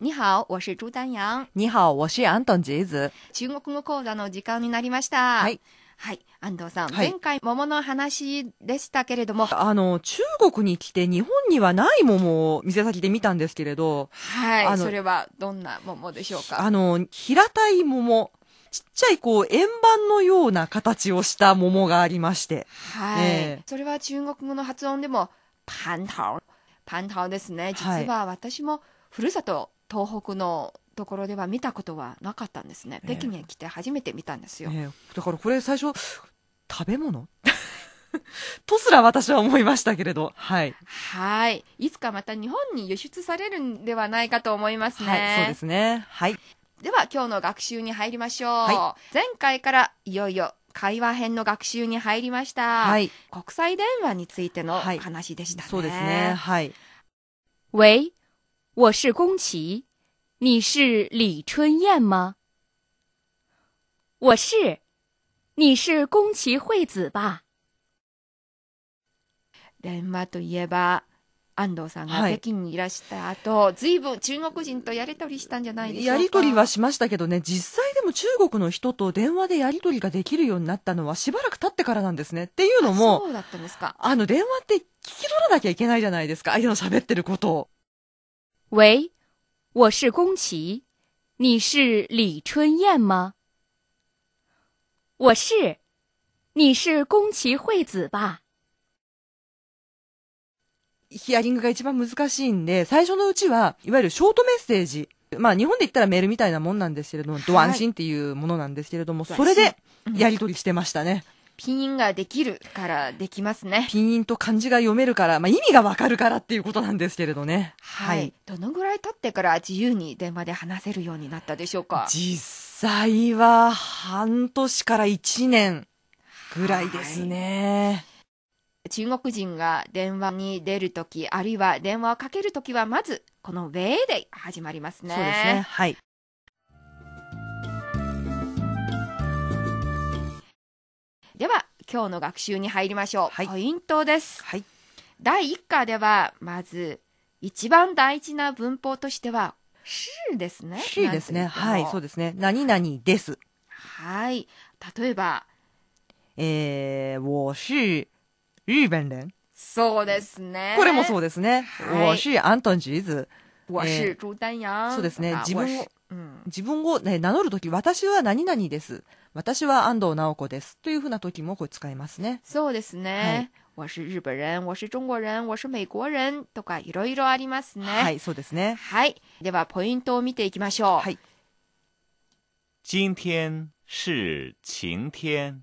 你好，我是朱丹阳。你好，我是アントン・ジーズ。中国語講座の時間になりました。はい。はい。安藤さん、はい前回桃の話でしたけれども、あの、中国に来て日本にはない桃を店先で見たんですけれど、はあい。のそれはどんな桃でしょうか。あの、平たい桃、ちっちゃいこう円盤のような形をした桃がありまして、はい、ええそれは中国語の発音でも、パンタオ。パンタオですね。はい実は私も、ふるさと、東北のところでは見たことはなかったんですね。ええ北京に来て初めて見たんですよ。ねだからこれ最初、食べ物 とすら私は思いましたけれど、はい。はい。いつかまた日本に輸出されるんではないかと思いますね。はい、そうですね。はい。では今日の学習に入りましょう、は前回からいよいよ会話編の学習に入りました、はい。国際電話についてのはい話でしたね、そうですね。はい。喂，我是宫崎，你是李春燕吗？我是，你是宫崎惠子吧？電話といえば安藤さんがはい北京にいらした後、ずいぶん中国人とやりとりしたんじゃないでしょうかやりとりはしましたけどね、実際でも中国の人と電話でやりとりができるようになったのはしばらく経ってからなんですね。っていうのあも、そうだったんですかあの電話って聞き取らなきゃいけないじゃないですか、相手の喋ってることを。喂，我是宫崎，你是李春燕吗？我是，你是宫崎惠子吧？ヒアリングが一番難しいんで、最初のうちは、いわゆるショートメッセージ。まあ日本で言ったらメールみたいなもんなんですけれども、はいド安心っていうものなんですけれども、ド安そ心れでやりとりしてましたね。ピンができるからできますねピンインと漢字が読めるから、まあ意味がわかるからっていうことなんですけれどね。はい、どのぐらい経ってから自由に電話で話せるようになったでしょうか実際は半年から1年ぐらいですね。中国人が電話に出るとき、あるいは電話をかけるときは、まず、このウェイで始まりますね。そうですね。。はい。では、今日の学習に入りましょう。はいポイントです。はい。第1課では、まず、一番大事な文法としては、しですね。 C ですね。なんとはい。ってもそうですね。何々です。はい。例えば、えー、我是日本人。そうですね。これもそうう。ですね。はい我是アントン・ジーズ。我是えー朱丹阳。そうですねあ自分を我是うん。自分を、ね、名乗るとき、私は何々です。私は安藤直子です。というふうなときもこれ使いますね。そうですね。我是日本人、我是中国人、我是美国人とかいろいろありますね。はい、そうですね。はい。では、ポイントを見ていきましょう。はい今天是晴天，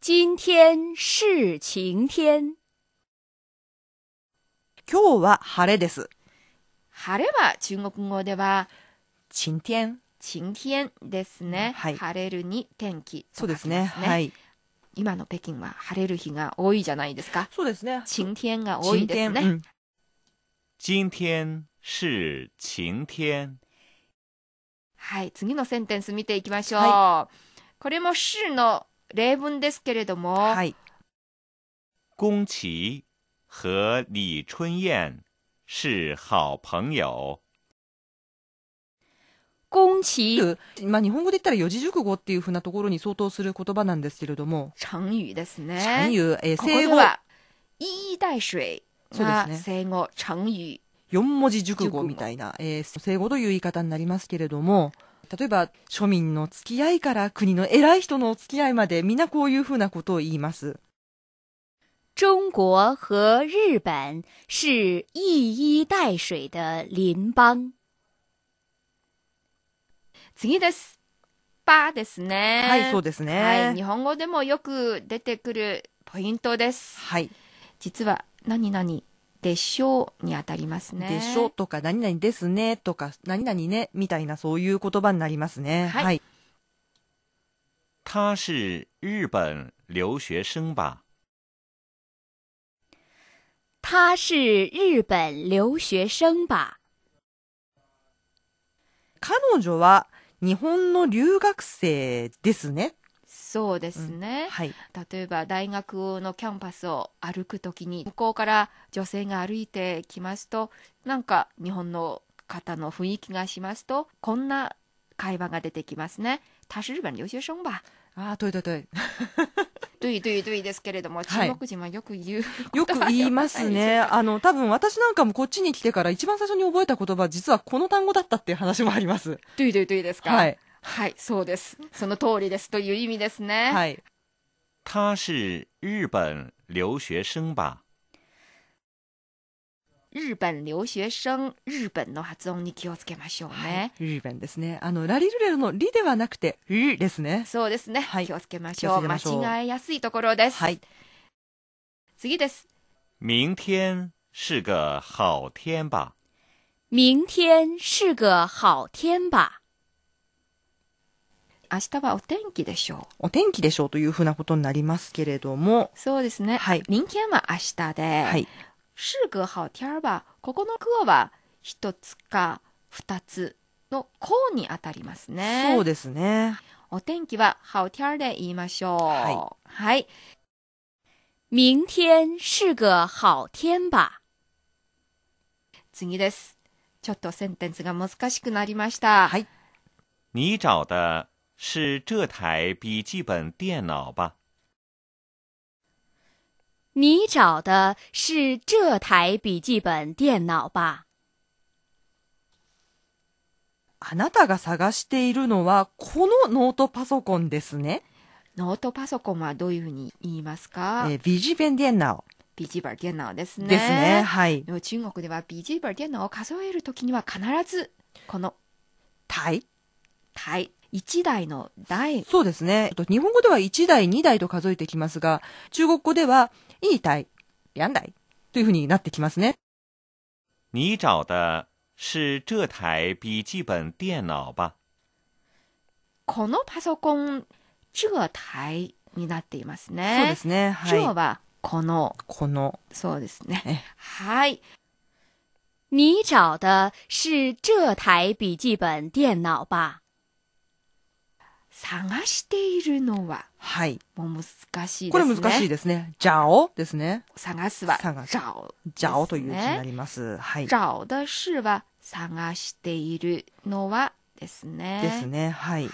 今天是晴天，今日は晴れです。晴れは中国語では、晴天。晴天ですね。はい晴れるに天気とそ書うきでますすね。ね。はい。今の北京は晴れる日が多いじゃないですか。そうですね。晴天が多いです晴ね。天今天是晴天。はい。次のセンテンス見ていきましょう。はこれも市の例文ですけれども、うんはい。宫崎和李春燕是好朋友。宫崎まあ、日本語で言ったら四字熟語っていうふうなところに相当する言葉なんですけれども、成語ですね。三遊、えー、ここで生後は、一衣带水がそうです生後、成語。四文字熟語みたいな、えー生後という言い方になりますけれども、例えば庶民の付き合いから国の偉い人のお付き合いまでみんなこういうふうなことを言います。中国和日本是一衣带水的邻邦。次です。パーですね。はい、そうですね。はい、日本語でもよく出てくるポイントです。はい。実は、何々でしょうにあたりますね。でしょとか、何々ですねとか、何々ねみたいなそういう言葉になりますね。はいはい。他是日本留学生吧？他是日本留学生吧？彼女は日本の留学生ですね。そうですね、はい。例えば大学のキャンパスを歩くときに向こうから女性が歩いてきますとなんか日本の方の雰囲気がしますとこんな会話が出てきますね。他是日本留学生吧？ああ、对对对。对对对ですけれども、はい中国人はよく言う、よく言いますね。あの、多分私なんかもこっちに来てから一番最初に覚えた言葉、実はこの単語だったっていう話もあります。对对对ですか？はい。はい、そうです。その通りですという意味ですね。はい。他是日本留学生吧？日本留学生、日本の発音に気をつけましょうね。日本ですね。あの、ラリルレロのリではなくて、リですね。そうですね、はい気をつけましょう。気をつ間けましょう違えやすいところです。はい。次です。明天是个好天吧？明天是个好天吧？明日はお天気でしょお天気でしょうというふうなことになりますけれども、う。そうですね。はい明天は明日で。はい。是个好天儿吧。ここの句は一つか二つのこうにあたりますね。そうですね。お天気は好天儿で言いましょう。ははい。明天是个好天吧？次です。ちょっとセンテンスが難しくなりました。はい。你找的是这台笔记本电脑吧？你找的是这台笔记本电脑吧？あなたが探しているのは、このノートパソコンですね。ノートパソコンはどういうふうに言いますえか、ー、ビジベンデンナオビジバル電脳ですね。ですね。はい。でも中国ではビジバル電脳を数えるときには必ずこのタイ台、一台の台、そうですね。えっと日本語では1台、2台と数えてきますが、中国語では、いい台、やん台というふうになってきますね。你找的是这台笔记本电脑吧？このパソコン、这台になっていますね。そうですね。は这い。はこの、この、そうですええね。はい。你找的是这台笔记本电脑吧？探しているのは、はい。もう難しいですね。これ難しいですね。じゃおですね。探すは、探す找じゃおという字になります。はい。找的是は探しているのはですね。ですね。はい。